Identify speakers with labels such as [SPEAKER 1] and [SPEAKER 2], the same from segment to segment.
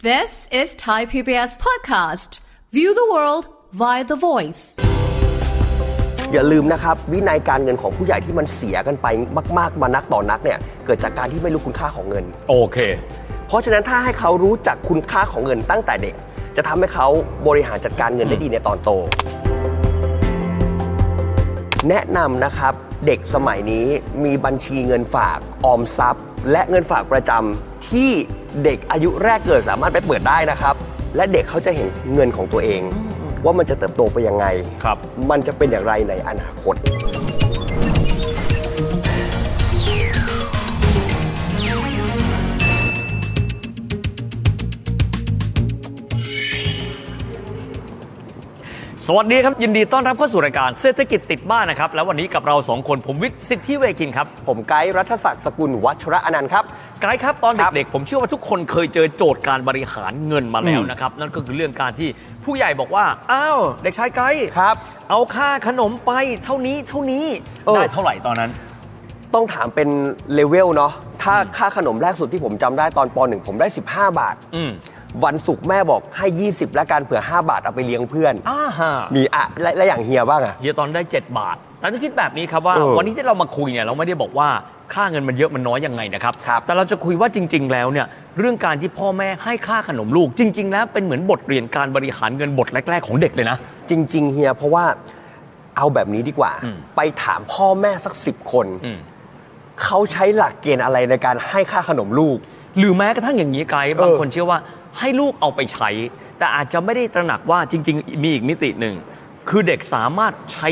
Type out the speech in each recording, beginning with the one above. [SPEAKER 1] This is Thai PBS podcast. View the world via the voice.
[SPEAKER 2] อย่าลืมนะครับ วินัยการเงินของผู้ใหญ่ที่มันเสียกันไปมาก ๆ มานักต่อนักเนี่ยเกิดจากการที่ไม่รู้คุณค่าของเงิน
[SPEAKER 3] โอเค
[SPEAKER 2] เพราะฉะนั้นถ้าให้เขารู้จักคุณค่าของเงินตั้งแต่เด็ก จะทำให้เขาบริหารจัดการเงินได้ดีในตอนโต แนะนำนะครับเด็กสมัยนี้มีบัญชีเงินฝากออมทรัพย์ และเงินฝากประจำที่เด็กอายุแรกเกิดสามารถไปเปิดได้นะครับ และเด็กเขาจะเห็นเงินของตัวเอง ว่ามันจะเติบโตไปยังไง
[SPEAKER 3] ครับ
[SPEAKER 2] มันจะเป็นอย่างไรในอนาคต
[SPEAKER 3] สวัสดีครับยินดีต้อนรับเข้าสู่รายการเศรษฐกิจติดบ้านนะครับ แล้ววันนี้กับเราสองคนผมวิทย์สิทธิเวกินครับ
[SPEAKER 2] ผมไกด์รัฐศักดิ์สกุลวัชระอนันต์ครับ
[SPEAKER 3] ไกด์ครับตอน
[SPEAKER 2] ครับ
[SPEAKER 3] เด็กๆผมเชื่อว่าทุกคนเคยเจอโจทย์การบริหารเงินมาแล้วนะครับ นั่นก็คือเรื่องการที่ผู้ใหญ่บอกว่า อ้าวเด็กชายไกด์
[SPEAKER 2] ครับ
[SPEAKER 3] เอาค่าขนมไปเท่านี้เท่านี้
[SPEAKER 2] เออ
[SPEAKER 3] ได้เท่าไหร่ตอนนั้น
[SPEAKER 2] ต้องถามเป็นเลเวลเนาะ ถ้าค่าขนมแรกสุดที่ผมจำได้ตอนปหนึ่งผมได้ 15 บาท
[SPEAKER 3] อืม
[SPEAKER 2] วันศุกร์แม่บอกให้ 20 แล้วกันเผื่อ 5 บาทเอาไปเลี้ยงเพื่อน
[SPEAKER 3] อ้าฮะ
[SPEAKER 2] มีอะและและอย่างเฮียบ้างอะ
[SPEAKER 3] เฮียตอนได้ 7 บาทแต่ต้องคิดแบบนี้ครับว่า
[SPEAKER 2] เออ
[SPEAKER 3] วันนี้ที่เรามาคุยเนี่ยเราไม่ได้บอกว่าค่าเงินมันเยอะมันน้อยยังไงนะครับ
[SPEAKER 2] ครับ
[SPEAKER 3] แต่เราจะคุยว่าจริง ๆ แล้วเนี่ยเรื่องการที่พ่อแม่ให้ค่าขนมลูก จริง ๆ แล้วเป็นเหมือนบทเรียนการบริหารเงินบทแรก ๆ ของเด็กเลยนะ
[SPEAKER 2] จริง ๆ เฮีย เพราะว่าเอาแบบนี้ดีกว่า ไปถามพ่อแม่สักสิบคน
[SPEAKER 3] อืม
[SPEAKER 2] เขาใช้หลักเกณฑ์อะไรในการให้ค่าขนมลูก
[SPEAKER 3] หรือแม้กระทั่งอย่างนี้ไก
[SPEAKER 2] เออบ
[SPEAKER 3] ด์างคนเชื่อว่าให้ลูกเอาไปใช้ แต่อาจจะไม่ได้ตระหนักว่าจริง ๆ มีอีกมิติหนึ่ง คือเด็กสามารถใช้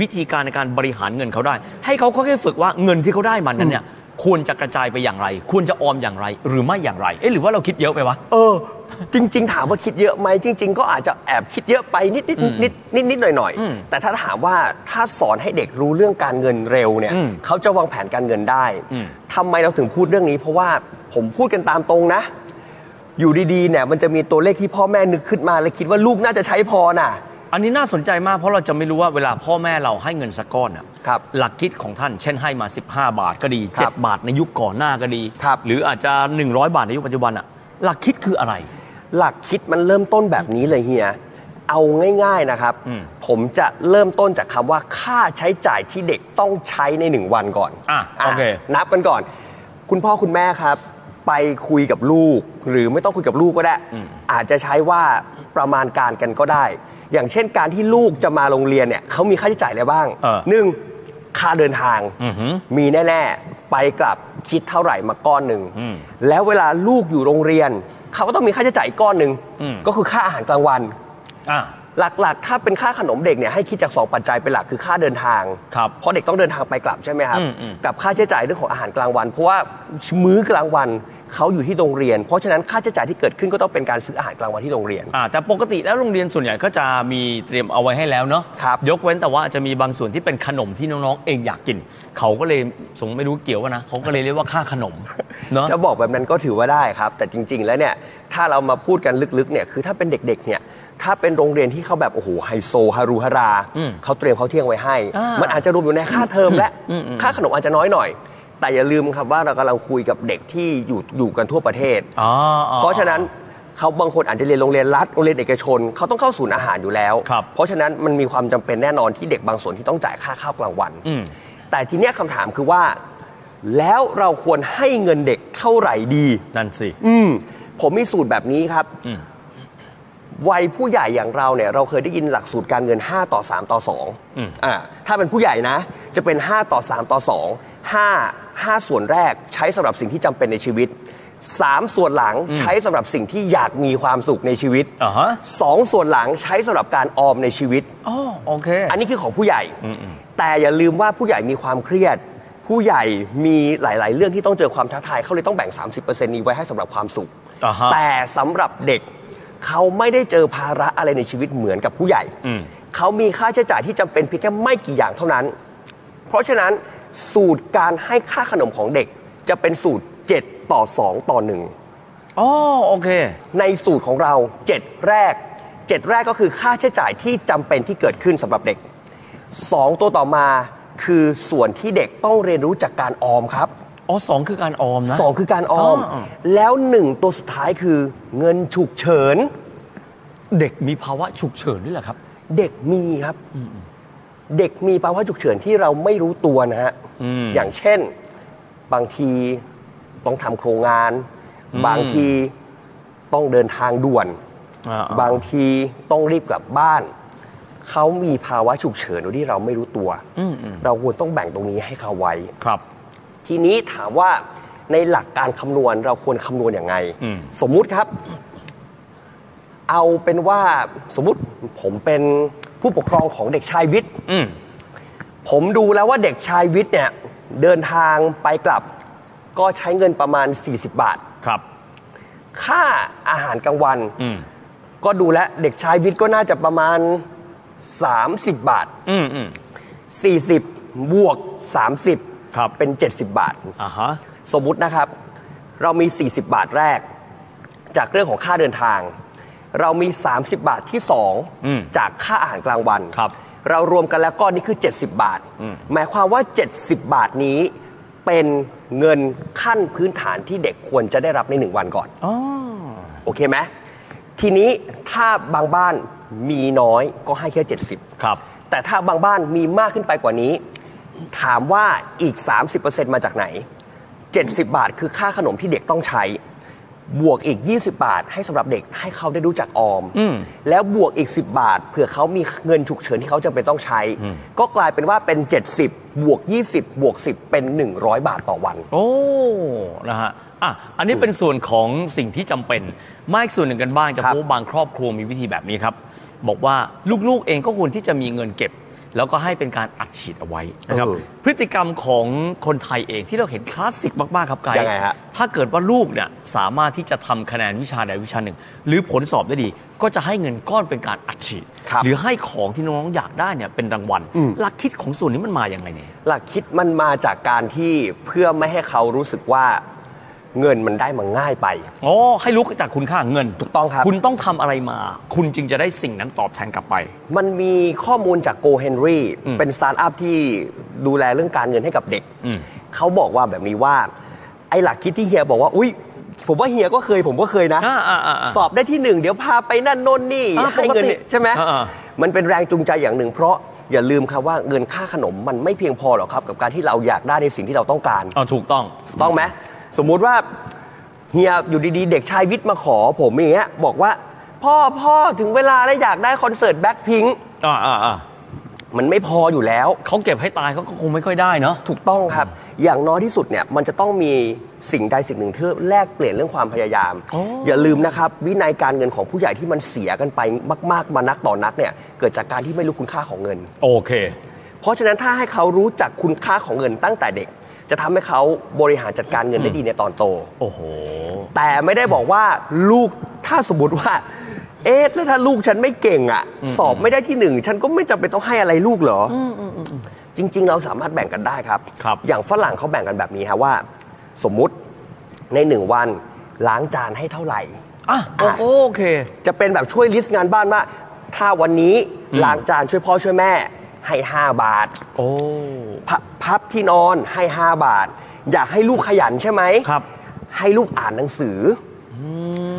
[SPEAKER 3] วิธีการในการบริหารเงินเขาได้ ให้เขาค่อยๆฝึกว่าเงินที่เขาได้มันนั้นเนี่ยควรจะกระจายไปอย่างไร ควรจะออมอย่างไร หรือไม่อย่างไรเอ๊ะหรือว่าเราคิดเยอะไปวะ
[SPEAKER 2] เออ จริง ๆ ถามว่าคิดเยอะไหมจริง ๆ ก็อาจจะแอบคิดเยอะไปนิดนิดนิดนิดนิดหน่อยหน่อยๆ แต่ถ้าถามว่าถ้าสอนให้เด็กรู้เรื่องการเงินเร็วเนี่ยเขาจะวางแผนการเงินได้ทำไมเราถึงพูดเรื่องนี้ เพราะว่าผมพูดกันตามตรงนะ อยู่ดีๆเนี่ยมันจะมีตัวเลขที่พ่อแม่นึกขึ้นมา และคิดว่าลูกน่าจะใช้พอน่ะ
[SPEAKER 3] อันนี้น่าสนใจมากเพราะเราจะไม่รู้ว่าเวลาพ่อแม่เราให้เงินสักก้อนอ่ะ
[SPEAKER 2] ครับ
[SPEAKER 3] หลักคิดของท่านเช่นให้มา 15 บาทก็ดี
[SPEAKER 2] ครับ
[SPEAKER 3] 7 บาทในยุคก่อนหน้าก็ดี
[SPEAKER 2] ครับ
[SPEAKER 3] หรืออาจจะ 100 บาทในยุคปัจจุบันอ่ะหลักคิดคืออะไร
[SPEAKER 2] หลักคิดมันเริ่มต้นแบบนี้เลยเฮีย เอาง่ายๆนะครับ ผมจะเริ่มต้นจากคำว่าค่าใช้จ่ายที่เด็กต้องใช้ในหนึ่งวันก่อน
[SPEAKER 3] อ่ะโอเค
[SPEAKER 2] นับกันก่อน คุณพ่อคุณแม่ครับ ไปคุยกับลูก หรือไม่ต้องคุยกับลูกก็ได้ อาจจะใช้ว่าประมาณการกันก็ได้ อย่างเช่นการที่ลูกจะมาโรงเรียนเนี่ยเขามีค่าใช้จ่ายอะไรบ้าง
[SPEAKER 3] เออ
[SPEAKER 2] หนึ่งค่าเดินทาง มีแน่ๆ ไปกลับคิดเท่าไหร่มาก้อนหนึ่ง แล้วเวลาลูกอยู่โรงเรียน เขาก็ต้องมีค่าใช้จ่ายอีกก้อนหนึ่งก็คือค่าอาหารกลางวัน
[SPEAKER 3] อ่ะ
[SPEAKER 2] หลักๆ ถ้าเป็นค่าขนมเด็กเนี่ยให้คิดจากสองปัจจัยเป็นหลักคือค่าเดินทาง
[SPEAKER 3] ครับ
[SPEAKER 2] เพราะเด็กต้องเดินทางไปกลับใช่ไหมครับ
[SPEAKER 3] อืมอืม
[SPEAKER 2] กับค่าใช้จ่ายเรื่องของอาหารกลางวัน เพราะว่ามื้อกลางวันเขาอยู่ที่โรงเรียน เพราะฉะนั้นค่าใช้จ่ายที่เกิดขึ้นก็ต้องเป็นการซื้ออาหารกลางวันที่โรงเรียน
[SPEAKER 3] อ่ะแต่ปกติแล้วโรงเรียนส่วนใหญ่ก็จะมีเตรียมเอาไว้ให้แล้วเนาะ
[SPEAKER 2] ครับ
[SPEAKER 3] ยกเว้นแต่ว่าจะมีบางส่วนที่เป็นขนมที่น้องๆเองอยากกิน เขาก็เลยสงไม่รู้เกี่ยวว่านะเขาก็เลยเรียกว่าค่าขนมเนาะ
[SPEAKER 2] จะบอกแบบนั้นก็ถือว่าได้ครับ แต่จริง ๆ แล้วเนี่ยถ้าเรามาพูดกันลึกๆเนี่ยคือถ้าเป็นเด็กๆเนี่ยถ้าเป็นโรงเรียนที่เขาแบบโอ้โหไฮโซฮารุฮาราเขาเตรียมเขาวเที่ยงไว้ให้
[SPEAKER 3] อ่ามั
[SPEAKER 2] มันอาจจะรวมอยู่ในค่าเทอมและค่าขนมอาจจะน้อยหน่อย แต่อย่าลืมครับว่าเรากำลังคุยกับเด็กที่อยู่อยู่กันทั่วประเทศ
[SPEAKER 3] อ๋ออ๋อ
[SPEAKER 2] เพราะฉะนั้นเขาบางคนอาจจะเรียนโรงเรียนรัฐโรงเรียนเอกชนเขาต้องเข้าศูนย์อาหารอยู่แล้ว
[SPEAKER 3] ครับ
[SPEAKER 2] เพราะฉะนั้นมันมีความจำเป็นแน่นอนที่เด็กบางส่วนที่ต้องจ่ายค่าข้าวกลางวัน
[SPEAKER 3] อืม
[SPEAKER 2] แต่ทีเนี้ยคำถามคือว่า แล้วเราควรให้เงินเด็กเท่าไหร่ดี
[SPEAKER 3] นั่นสิ
[SPEAKER 2] อืมผมมีสูตรแบบนี้ครับวัยผู้ใหญ่อย่างเราเนี่ย เราเคยได้ยินหลักสูตรการเงิน 5 ต่อ 3 ต่อ
[SPEAKER 3] อืม
[SPEAKER 2] 2อ่าถ้าเป็นผู้ใหญ่นะ จะเป็น 5 ต่อ 3 ต่อ 2 5 5 ส่วนแรกใช้สำหรับสิ่งที่จำเป็นในชีวิต 3 ส่วนหลังใช้สำหรับสิ่งที่อยากมีความสุขในชีวิต
[SPEAKER 3] อ่าฮะ
[SPEAKER 2] สองส่วนหลังใช้สำหรับการออมในชีวิต
[SPEAKER 3] อ๋อโอเค
[SPEAKER 2] อันนี้คือของผู้ใหญ่ แต่อย่าลืมว่าผู้ใหญ่มีความเครียด ผู้ใหญ่มีหลาย ๆ เรื่องที่ต้องเจอความท้าทายเขาเลยต้องแบ่ง 30%นี้ไว้ให้สำหรับความสุข
[SPEAKER 3] อ่าฮะ
[SPEAKER 2] แต่สำหรับเด็กเขาไม่ได้เจอภาระอะไรในชีวิตเหมือนกับผู้ใหญ่ เขามีค่าใช้จ่ายที่จำเป็นเพียงแค่ไม่กี่อย่างเท่านั้น เพราะฉะนั้นสูตรการให้ค่าขนมของเด็กจะเป็นสูตร 7 ต่อ 2 ต่อ 1
[SPEAKER 3] ๋อโอเค
[SPEAKER 2] ในสูตรของเรา 7 แรก 7 แรกก็คือค่าใช้จ่ายที่จำเป็นที่เกิดขึ้นสำหรับเด็ก 2 ตัวต่อมาคือส่วนที่เด็กต้องเรียนรู้จากการออมครับ
[SPEAKER 3] อ๋อสองคือการออมนะ
[SPEAKER 2] สองคือการออม
[SPEAKER 3] อ๋อ
[SPEAKER 2] แล้วหนึ่งตัวสุดท้ายคือเงินฉุกเฉิน
[SPEAKER 3] เด็กมีภาวะฉุกเฉินด้วยเหรอครับ
[SPEAKER 2] เด็กมีครับ เด็กมีภาวะฉุกเฉินที่เราไม่รู้ตัวนะฮะอย่างเช่น บางทีต้องทำโครงงาน บางทีต้องเดินทางด่วน
[SPEAKER 3] อ่าๆ
[SPEAKER 2] บางทีต้องรีบกลับบ้าน เขามีภาวะฉุกเฉินโดยที่เราไม่รู้ตัว เราควรต้องแบ่งตรงนี้ให้เขาไว้
[SPEAKER 3] ครับ
[SPEAKER 2] ทีนี้ถามว่าในหลักการคำนวณเราควรคำนวณอย่างไง สมมุติครับ เอาเป็นว่าสมมุติผมเป็นผู้ปกครองของเด็กชายวิทย์
[SPEAKER 3] อืม
[SPEAKER 2] ผมดูแล้วว่าเด็กชายวิทย์เนี่ย เดินทางไปกลับ ก็ใช้เงินประมาณ 40 บาท
[SPEAKER 3] ครับ
[SPEAKER 2] ค่าอาหารกลางวัน ก็ดูแลวเด็กชายวิทย์ก็น่าจะประมาณ 30 บาท
[SPEAKER 3] อืมอืม
[SPEAKER 2] 40 บวก 30
[SPEAKER 3] ครับ
[SPEAKER 2] เป็น 70 บาท
[SPEAKER 3] อ่าฮะ
[SPEAKER 2] สมมุตินะครับ เรามี 40 บาทแรก จากเรื่องของค่าเดินทาง เรามี 30 บาทที่ 2 จากค่าอาหารกลางวัน
[SPEAKER 3] ครับ
[SPEAKER 2] เรารวมกันแล้วก้อนนี้คือ 70 บาท หมายความว่า 70 บาทนี้เป็นเงินขั้นพื้นฐานที่เด็กควรจะได้รับใน 1 วันก่อน
[SPEAKER 3] อ๋อ
[SPEAKER 2] โอเคไหมทีนี้ถ้าบางบ้านมีน้อยก็ให้แค่ 70
[SPEAKER 3] ครับ
[SPEAKER 2] แต่ถ้าบางบ้านมีมากขึ้นไปกว่านี้ ถามว่าอีก 30%มาจากไหน 70 บาทคือค่าขนมที่เด็กต้องใช้ บวกอีก 20 บาท ให้สำหรับเด็กให้เขาได้รู้จักออม แล้วบวกอีก 10 บาทเผื่อเขามีเงินฉุกเฉินที่เขาจำเป็นต้องใช้ ก็กลายเป็นว่าเป็น 70 บวก 20 บวก 10 เป็น 100 บาทต่อวัน
[SPEAKER 3] โอ้ นะฮะ อ่ะ อันนี้เป็นส่วนของสิ่งที่จำเป็น มาอีกส่วนหนึ่งกันบ้างจะ
[SPEAKER 2] ครับ
[SPEAKER 3] พบว่าบางครอบครัวมีวิธีแบบนี้ครับ บอกว่าลูกๆเองก็ควรที่จะมีเงินเก็บ แล้วก็ให้เป็นการอัดฉีดเอาไว้นะครับ
[SPEAKER 2] เออ
[SPEAKER 3] พฤติกรรมของคนไทยเองที่เราเห็นคลาสสิกมากๆครับกาย
[SPEAKER 2] ยังไงฮะ
[SPEAKER 3] ถ้าเกิดว่าลูกเนี่ยสามารถที่จะทำคะแนนวิชาใดวิชาหนึ่ง หรือผลสอบได้ดี ก็จะให้เงินก้อนเป็นการอัดฉีด
[SPEAKER 2] ครับ
[SPEAKER 3] หรือให้ของที่น้องๆอยากได้เนี่ยเป็นรางวัล หลักคิดของส่วนนี้มันมาอย่างไงเนี่ย
[SPEAKER 2] หลักคิดมันมาจากการที่เพื่อไม่ให้เขารู้สึกว่าเงินมันได้มาง่ายไป
[SPEAKER 3] อ๋อให้รู้จากคุณค่าเงิน
[SPEAKER 2] ถูกต้องครับ
[SPEAKER 3] คุณต้องทำอะไรมา คุณจึงจะได้สิ่งนั้นตอบแทนกลับไป
[SPEAKER 2] มันมีข้อมูลจากโกเฮนรี่เป็นสตาร์ทอัพที่ดูแลเรื่องการเงินให้กับเด็ก เขาบอกว่าแบบนี้ว่า ไอ้หลักคิดที่เฮียบอกว่า อุ๊ย ผมว่าเฮียก็เคยผมก็เคยนะ
[SPEAKER 3] อ่าอ่าอ่าอ่า
[SPEAKER 2] สอบได้ที่หนึ่งเดี๋ยวพาไปนั่นโน่นนี่
[SPEAKER 3] อ่า
[SPEAKER 2] ให้เงิน
[SPEAKER 3] ปกติ
[SPEAKER 2] ใช่ไหม
[SPEAKER 3] อ่าอ่า
[SPEAKER 2] มันเป็นแรงจูงใจอย่างหนึ่ง เพราะอย่าลืมครับว่าเงินค่าขนมมันไม่เพียงพอหรอกครับ กับการที่เราอยากได้ในสิ่งที่เราต้องการ
[SPEAKER 3] อ๋อถูกต้อง
[SPEAKER 2] ต้องไหมสมมุติว่าเฮียอยู่ดีๆ เด็กชายวิทย์มาขอผมอย่างเงี้ยบอกว่า พ่อพ่อถึงเวลาแล้วอยากได้คอนเสิร์ตแบ็คพิง
[SPEAKER 3] อ่าอ่าอ่า
[SPEAKER 2] มันไม่พออยู่แล้ว
[SPEAKER 3] เขาเก็บให้ตายเขาก็คงไม่ค่อยได้เนาะ
[SPEAKER 2] ถูกต้องครับ อย่างน้อยที่สุดเนี่ยมันจะต้องมีสิ่งใดสิ่งหนึ่งที่แลกเปลี่ยนเรื่องความพยายาม
[SPEAKER 3] อ๋อ
[SPEAKER 2] อย่าลืมนะครับ วินัยการเงินของผู้ใหญ่ที่มันเสียกันไปมาก ๆ มานักต่อนักเนี่ยเกิดจากการที่ไม่รู้คุณค่าของเงิน
[SPEAKER 3] โอเค
[SPEAKER 2] เพราะฉะนั้นถ้าให้เขารู้จักคุณค่าของเงินตั้งแต่เด็ก จะทำให้เขาบริหารจัดการเงินได้ดีในตอนโต
[SPEAKER 3] โอ้โห
[SPEAKER 2] แต่ไม่ได้บอกว่าลูกถ้าสมมติว่า เอ๊ะแล้วถ้าลูกฉันไม่เก่งอะสอบไม่ได้ที่หนึ่งฉันก็ไม่จำเป็นต้องให้อะไรลูกเหรออจริง ๆ เราสามารถแบ่งกันได้ครับ
[SPEAKER 3] ครับ
[SPEAKER 2] อย่างฝรั่งเขาแบ่งกันแบบนี้ฮะว่า สมมุติในหนึ่งวันล้างจานให้เท่าไหร่
[SPEAKER 3] อ่ะโอ
[SPEAKER 2] อ่ะ
[SPEAKER 3] โอเค
[SPEAKER 2] จะเป็นแบบช่วยลิสต์งานบ้านว่าถ้าวันนี้ล้างจานช่วยพ่อช่วยแม่ ให้ 5 บาท
[SPEAKER 3] โอ้
[SPEAKER 2] พะพับที่นอนให้ 5 บาท อยากให้ลูกขยันใช่ไหม
[SPEAKER 3] ครับ
[SPEAKER 2] ให้ลูกอ่านหนังสืออ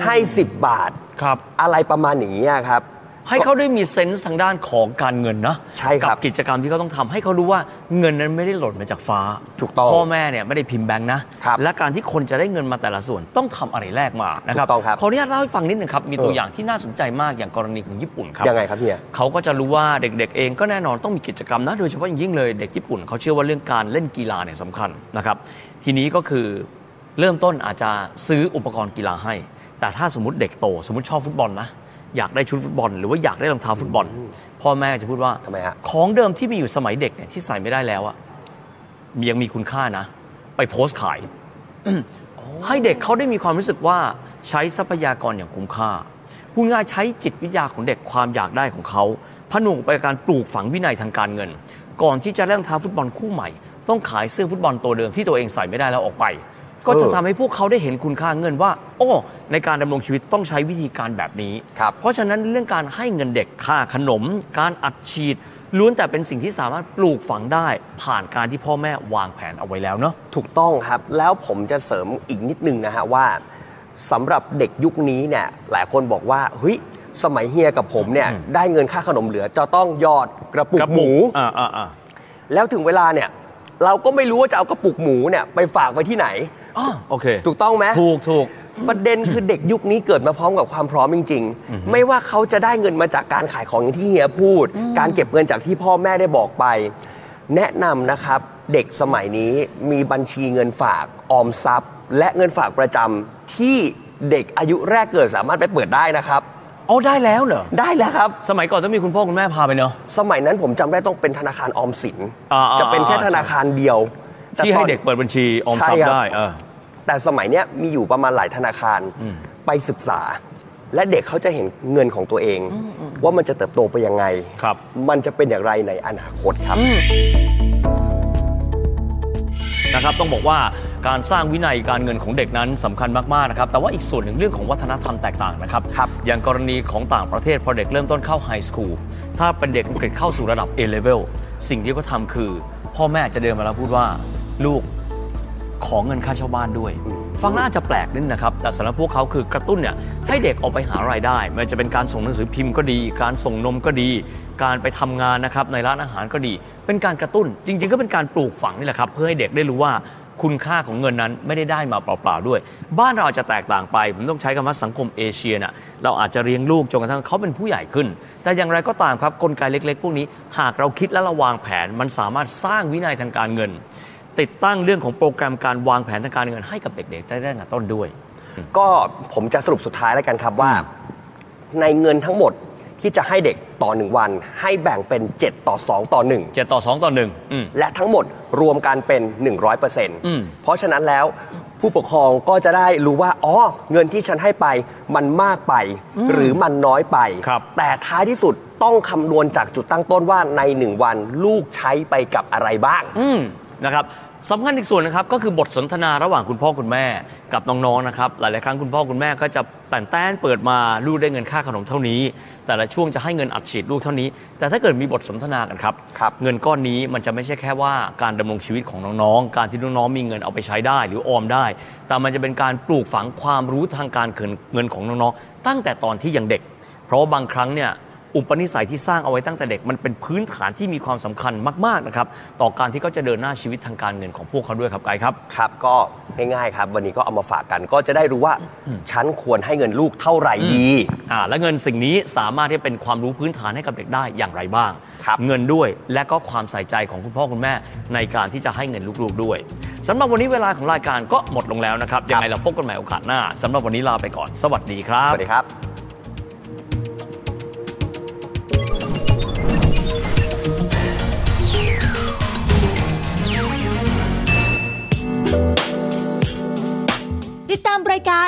[SPEAKER 2] ให้ 10 บาท
[SPEAKER 3] ครับ
[SPEAKER 2] อะไรประมาณอย่างเงี้ยครับ
[SPEAKER 3] ให้เขาได้มีเซนส์ทางด้านของการเงินนะ
[SPEAKER 2] ใช่ครับ
[SPEAKER 3] กักิจกรรมที่เขาต้องทำให้เขารู้ว่าเงินนั้นไม่ได้หล่นมาจากฟ้า
[SPEAKER 2] ถูกต้อง
[SPEAKER 3] พ่อแม่เนี่ยไม่ได้พิมพ์แบงค์นะ
[SPEAKER 2] ครับ
[SPEAKER 3] และการที่คนจะได้เงินมาแต่ละส่วนต้องทำอะไรแลกมานะครับ
[SPEAKER 2] ถูกต้องครับ
[SPEAKER 3] ขออนุญาตเล่าให้ฟังนิดหนึ่งครับ มีตัว
[SPEAKER 2] เออ
[SPEAKER 3] อ
[SPEAKER 2] อ
[SPEAKER 3] ย่างที่น่าสนใจมากอย่างกรณีของญี่ปุ่นครับ
[SPEAKER 2] ยังไงครับเฮีย
[SPEAKER 3] เขาก็จะรู้ว่าเด็กๆ เองก็แน่นอนต้องมีกิจกรรมนะ โดยเฉพาะอย่างยิ่งเลยเด็กญี่ปุ่นเขาเชื่อว่าเรื่องการเล่นกีฬาเนี่ยสำคัญนะครับ ทีนี้ก็คือเริ่มต้นอาจจะซื้ออุปกรณ์กีฬาให้ แต่ถ้าสมมติเด็กโต สมมติชอบฟุตบอลนะ อยากได้ชุดฟุตบอล หรือว่าอยากได้รองเท้าฟุตบอล พ่อแม่จะพูดว่า
[SPEAKER 2] ทำไมฮะ
[SPEAKER 3] ของเดิมที่มีอยู่สมัยเด็กเนี่ยที่ใส่ไม่ได้แล้วอะยังมีคุณค่านะ ไปโพสต์ขาย ให้เด็กเขาได้มีความรู้สึกว่าใช้ทรัพยากรอย่างคุ้มค่าพูดง่ายๆใช้จิตวิทยาของเด็กความอยากได้ของเขาพนุงไปกับการปลูกฝังวินัยทางการเงิน ก่อนที่จะเล่นท้าฟุตบอลคู่ใหม่ ต้องขายเสื้อฟุตบอลตัวเดิมที่ตัวเองใส่ไม่ได้แล้วออกไป ก็จะทำให้พวกเขาได้เห็นคุณค่าเงินว่าอ้อในการดำรงชีวิตต้องใช้วิธีการแบบนี้
[SPEAKER 2] ครับ
[SPEAKER 3] เพราะฉะนั้นเรื่องการให้เงินเด็กค่าขนม การอัดฉีด ล้วนแต่เป็นสิ่งที่สามารถปลูกฝังได้ผ่านการที่พ่อแม่วางแผนเอาไว้แล้วเนาะ
[SPEAKER 2] ถูกต้องครับแล้วผมจะเสริมอีกนิดนึงนะฮะว่าสำหรับเด็กยุคนี้เนี่ยหลายคนบอกว่าเฮ้ยสมัยเฮียกับผมเนี่ยได้เงินค่าขนมเหลือจะต้องหยอดกระปุกหมู
[SPEAKER 3] อ่าอ่าอ่า
[SPEAKER 2] แล้วถึงเวลาเนี่ยเราก็ไม่รู้ว่าจะเอากระปุกหมูเนี่ยไปฝากไว้ที่ไหน
[SPEAKER 3] โอเค
[SPEAKER 2] ถูกต้องไหม
[SPEAKER 3] ถูกถูก
[SPEAKER 2] ประเด็นคือเด็กยุคนี้เกิดมาพร้อมกับความพร้อมจริง ๆ ไม่ว่าเขาจะได้เงินมาจากการขายของอย่างที่เฮียพูด การเก็บเงินจากที่พ่อแม่ได้บอกไป แนะนำนะครับเด็กสมัยนี้มีบัญชีเงินฝากออมทรัพย์ และเงินฝากประจำที่เด็กอายุแรกเกิดสามารถไปเปิดได้นะครับ
[SPEAKER 3] เอาได้แล้วเหรอ
[SPEAKER 2] ได้แล้วครับ
[SPEAKER 3] สมัยก่อนต้องมีคุณพ่อคุณแม่พาไปเนาะ
[SPEAKER 2] สมัยนั้นผมจำได้ต้องเป็นธนาคารออมสิน
[SPEAKER 3] อ่าๆ
[SPEAKER 2] จะเป็นแค่ธนาคารเดียวแต่
[SPEAKER 3] ที่ให้
[SPEAKER 2] ตอน
[SPEAKER 3] เด็กเปิดบัญชีออมทรัพ
[SPEAKER 2] ใช่ครับ
[SPEAKER 3] ย์ได้เออ
[SPEAKER 2] แต่สมัยเนี้ยมีอยู่ประมาณหลายธนาคารไปศึกษา และเด็กเขาจะเห็นเงินของตัวเอง ว่ามันจะเติบโตไปยังไง
[SPEAKER 3] ครับ
[SPEAKER 2] มันจะเป็นอย่างไรในอนาคตครับ
[SPEAKER 3] นะครับต้องบอกว่าการสร้างวินัยการเงินของเด็กนั้นสำคัญมากๆนะครับแต่ว่าอีกส่วนหนึ่งเรื่องของวัฒนธรรมแตกต่างนะครับ
[SPEAKER 2] ครับ
[SPEAKER 3] อย่างกรณีของต่างประเทศพอเด็กเริ่มต้นเข้าไฮสคูลถ้าเป็นเด็กอังกฤษเข้าสู่ระดับ A level สิ่งที่เขาทำคือ พ่อแม่จะเดินมาแล้วพูดว่าลูกขอเงินค่าเช่าบ้านด้วย ฟังน่าจจะแปลกนิดนะครับ แต่สำหรับพวกเขาคือกระตุ้นเนี่ยให้เด็กออกไปหารายได้ไมันจะเป็นการส่งหนังสือพิมพ์ก็ดี การส่งนมก็ดี การไปทำงานนะครับในร้านอาหารก็ดี เป็นการกระตุ้น จริง ๆ ก็เป็นการปลูกฝังนี่แหละครับ เพื่อให้เด็กได้รู้ว่า คุณค่าของเงินนั้นไม่ได้ได้มาเปล่าๆด้วย บ้านเราอาจจะแตกต่างไป ผมต้องใช้คำว่าสังคมเอเชียน่ะเราอาจจะเลี้ยงลูกจนกระทั่งเขาเป็นผู้ใหญ่ขึ้น แต่อย่างไรก็ตามครับกลไกเล็ก ๆ พวกนี้ หากเราคิดและเราวางแผน มันสามารถสร้างวินัยทางการเงิน ติดตั้งเรื่องของโปรแกรมการวางแผนทางการเงินให้กับเด็ก ๆ ได้ตั้งแต่ต้นด้วย
[SPEAKER 2] ก็ผมจะสรุปสุดท้ายแล้วกันครับว่า ในเงินทั้งหมดที่จะให้เด็กต่อ 1 วัน ให้แบ่งเป็น 7 ต่อ 2 ต่อ 1
[SPEAKER 3] 7 ต่อ 2 ต่อ1อืม
[SPEAKER 2] และทั้งหมดรวมกันเป็น 100%
[SPEAKER 3] ม
[SPEAKER 2] เพราะฉะนั้นแล้วผู้ปกครองก็จะได้รู้ว่าอ๋อเงินที่ฉันให้ไปมันมากไป หรือมันน้อยไป
[SPEAKER 3] ครับ
[SPEAKER 2] แต่ท้ายที่สุดต้องคำนวณจากจุดตั้งต้นว่าใน 1 วันลูกใช้ไปกับอะไรบ้าง
[SPEAKER 3] อืมนะครับสำคัญอีกส่วนนะครับก็คือบทสนทนาระหว่างคุณพ่อคุณแม่กับน้องๆนะครับหลายๆครั้งคุณพ่อคุณแม่ก็จะแป่นแต้นเปิดมาลูกได้เงินค่าขนมเท่านี้ แต่ละช่วงจะให้เงินอัดฉีดลูกเท่านี้ แต่ถ้าเกิดมีบทสนทนากันครับ
[SPEAKER 2] ครับ
[SPEAKER 3] เงินก้อนนี้มันจะไม่ใช่แค่ว่าการดำรงชีวิตของน้องๆ การที่น้องๆ มีเงินเอาไปใช้ได้ หรือออมได้ แต่มันจะเป็นการปลูกฝังความรู้ทางการเงินของน้องๆ ตั้งแต่ตอนที่ยังเด็ก เพราะว่าบางครั้งเนี่ยอุปนิสัยที่สร้างเอาไว้ตั้งแต่เด็กมันเป็นพื้นฐานที่มีความสำคัญมากๆนะครับต่อการที่เขาจะเดินหน้าชีวิตทางการเงินของพวกเขาด้วยครับไกด์ครับ
[SPEAKER 2] ครับก็ง่ายๆครับ วันนี้ก็เอามาฝากกันก็จะได้รู้ว่าฉันควรให้เงินลูกเท่าไหร่ดี
[SPEAKER 3] อ่าและเงินสิ่งนี้สามารถที่จะเป็นความรู้พื้นฐานให้กับเด็กได้อย่างไรบ้าง
[SPEAKER 2] ครับ
[SPEAKER 3] เงินด้วยและก็ความใส่ใจของคุณพ่อคุณแม่ในการที่จะให้เงินลูกๆด้วยสำหรับวันนี้เวลาของรายการก็หมดลงแล้วนะครับยังไงเราพบกันใหม่โอกาสหน้าสำหรับวันนี้ลาไปก่อน สวัสดีครับ
[SPEAKER 2] สวัสดีครับ
[SPEAKER 4] ติดตามรายการ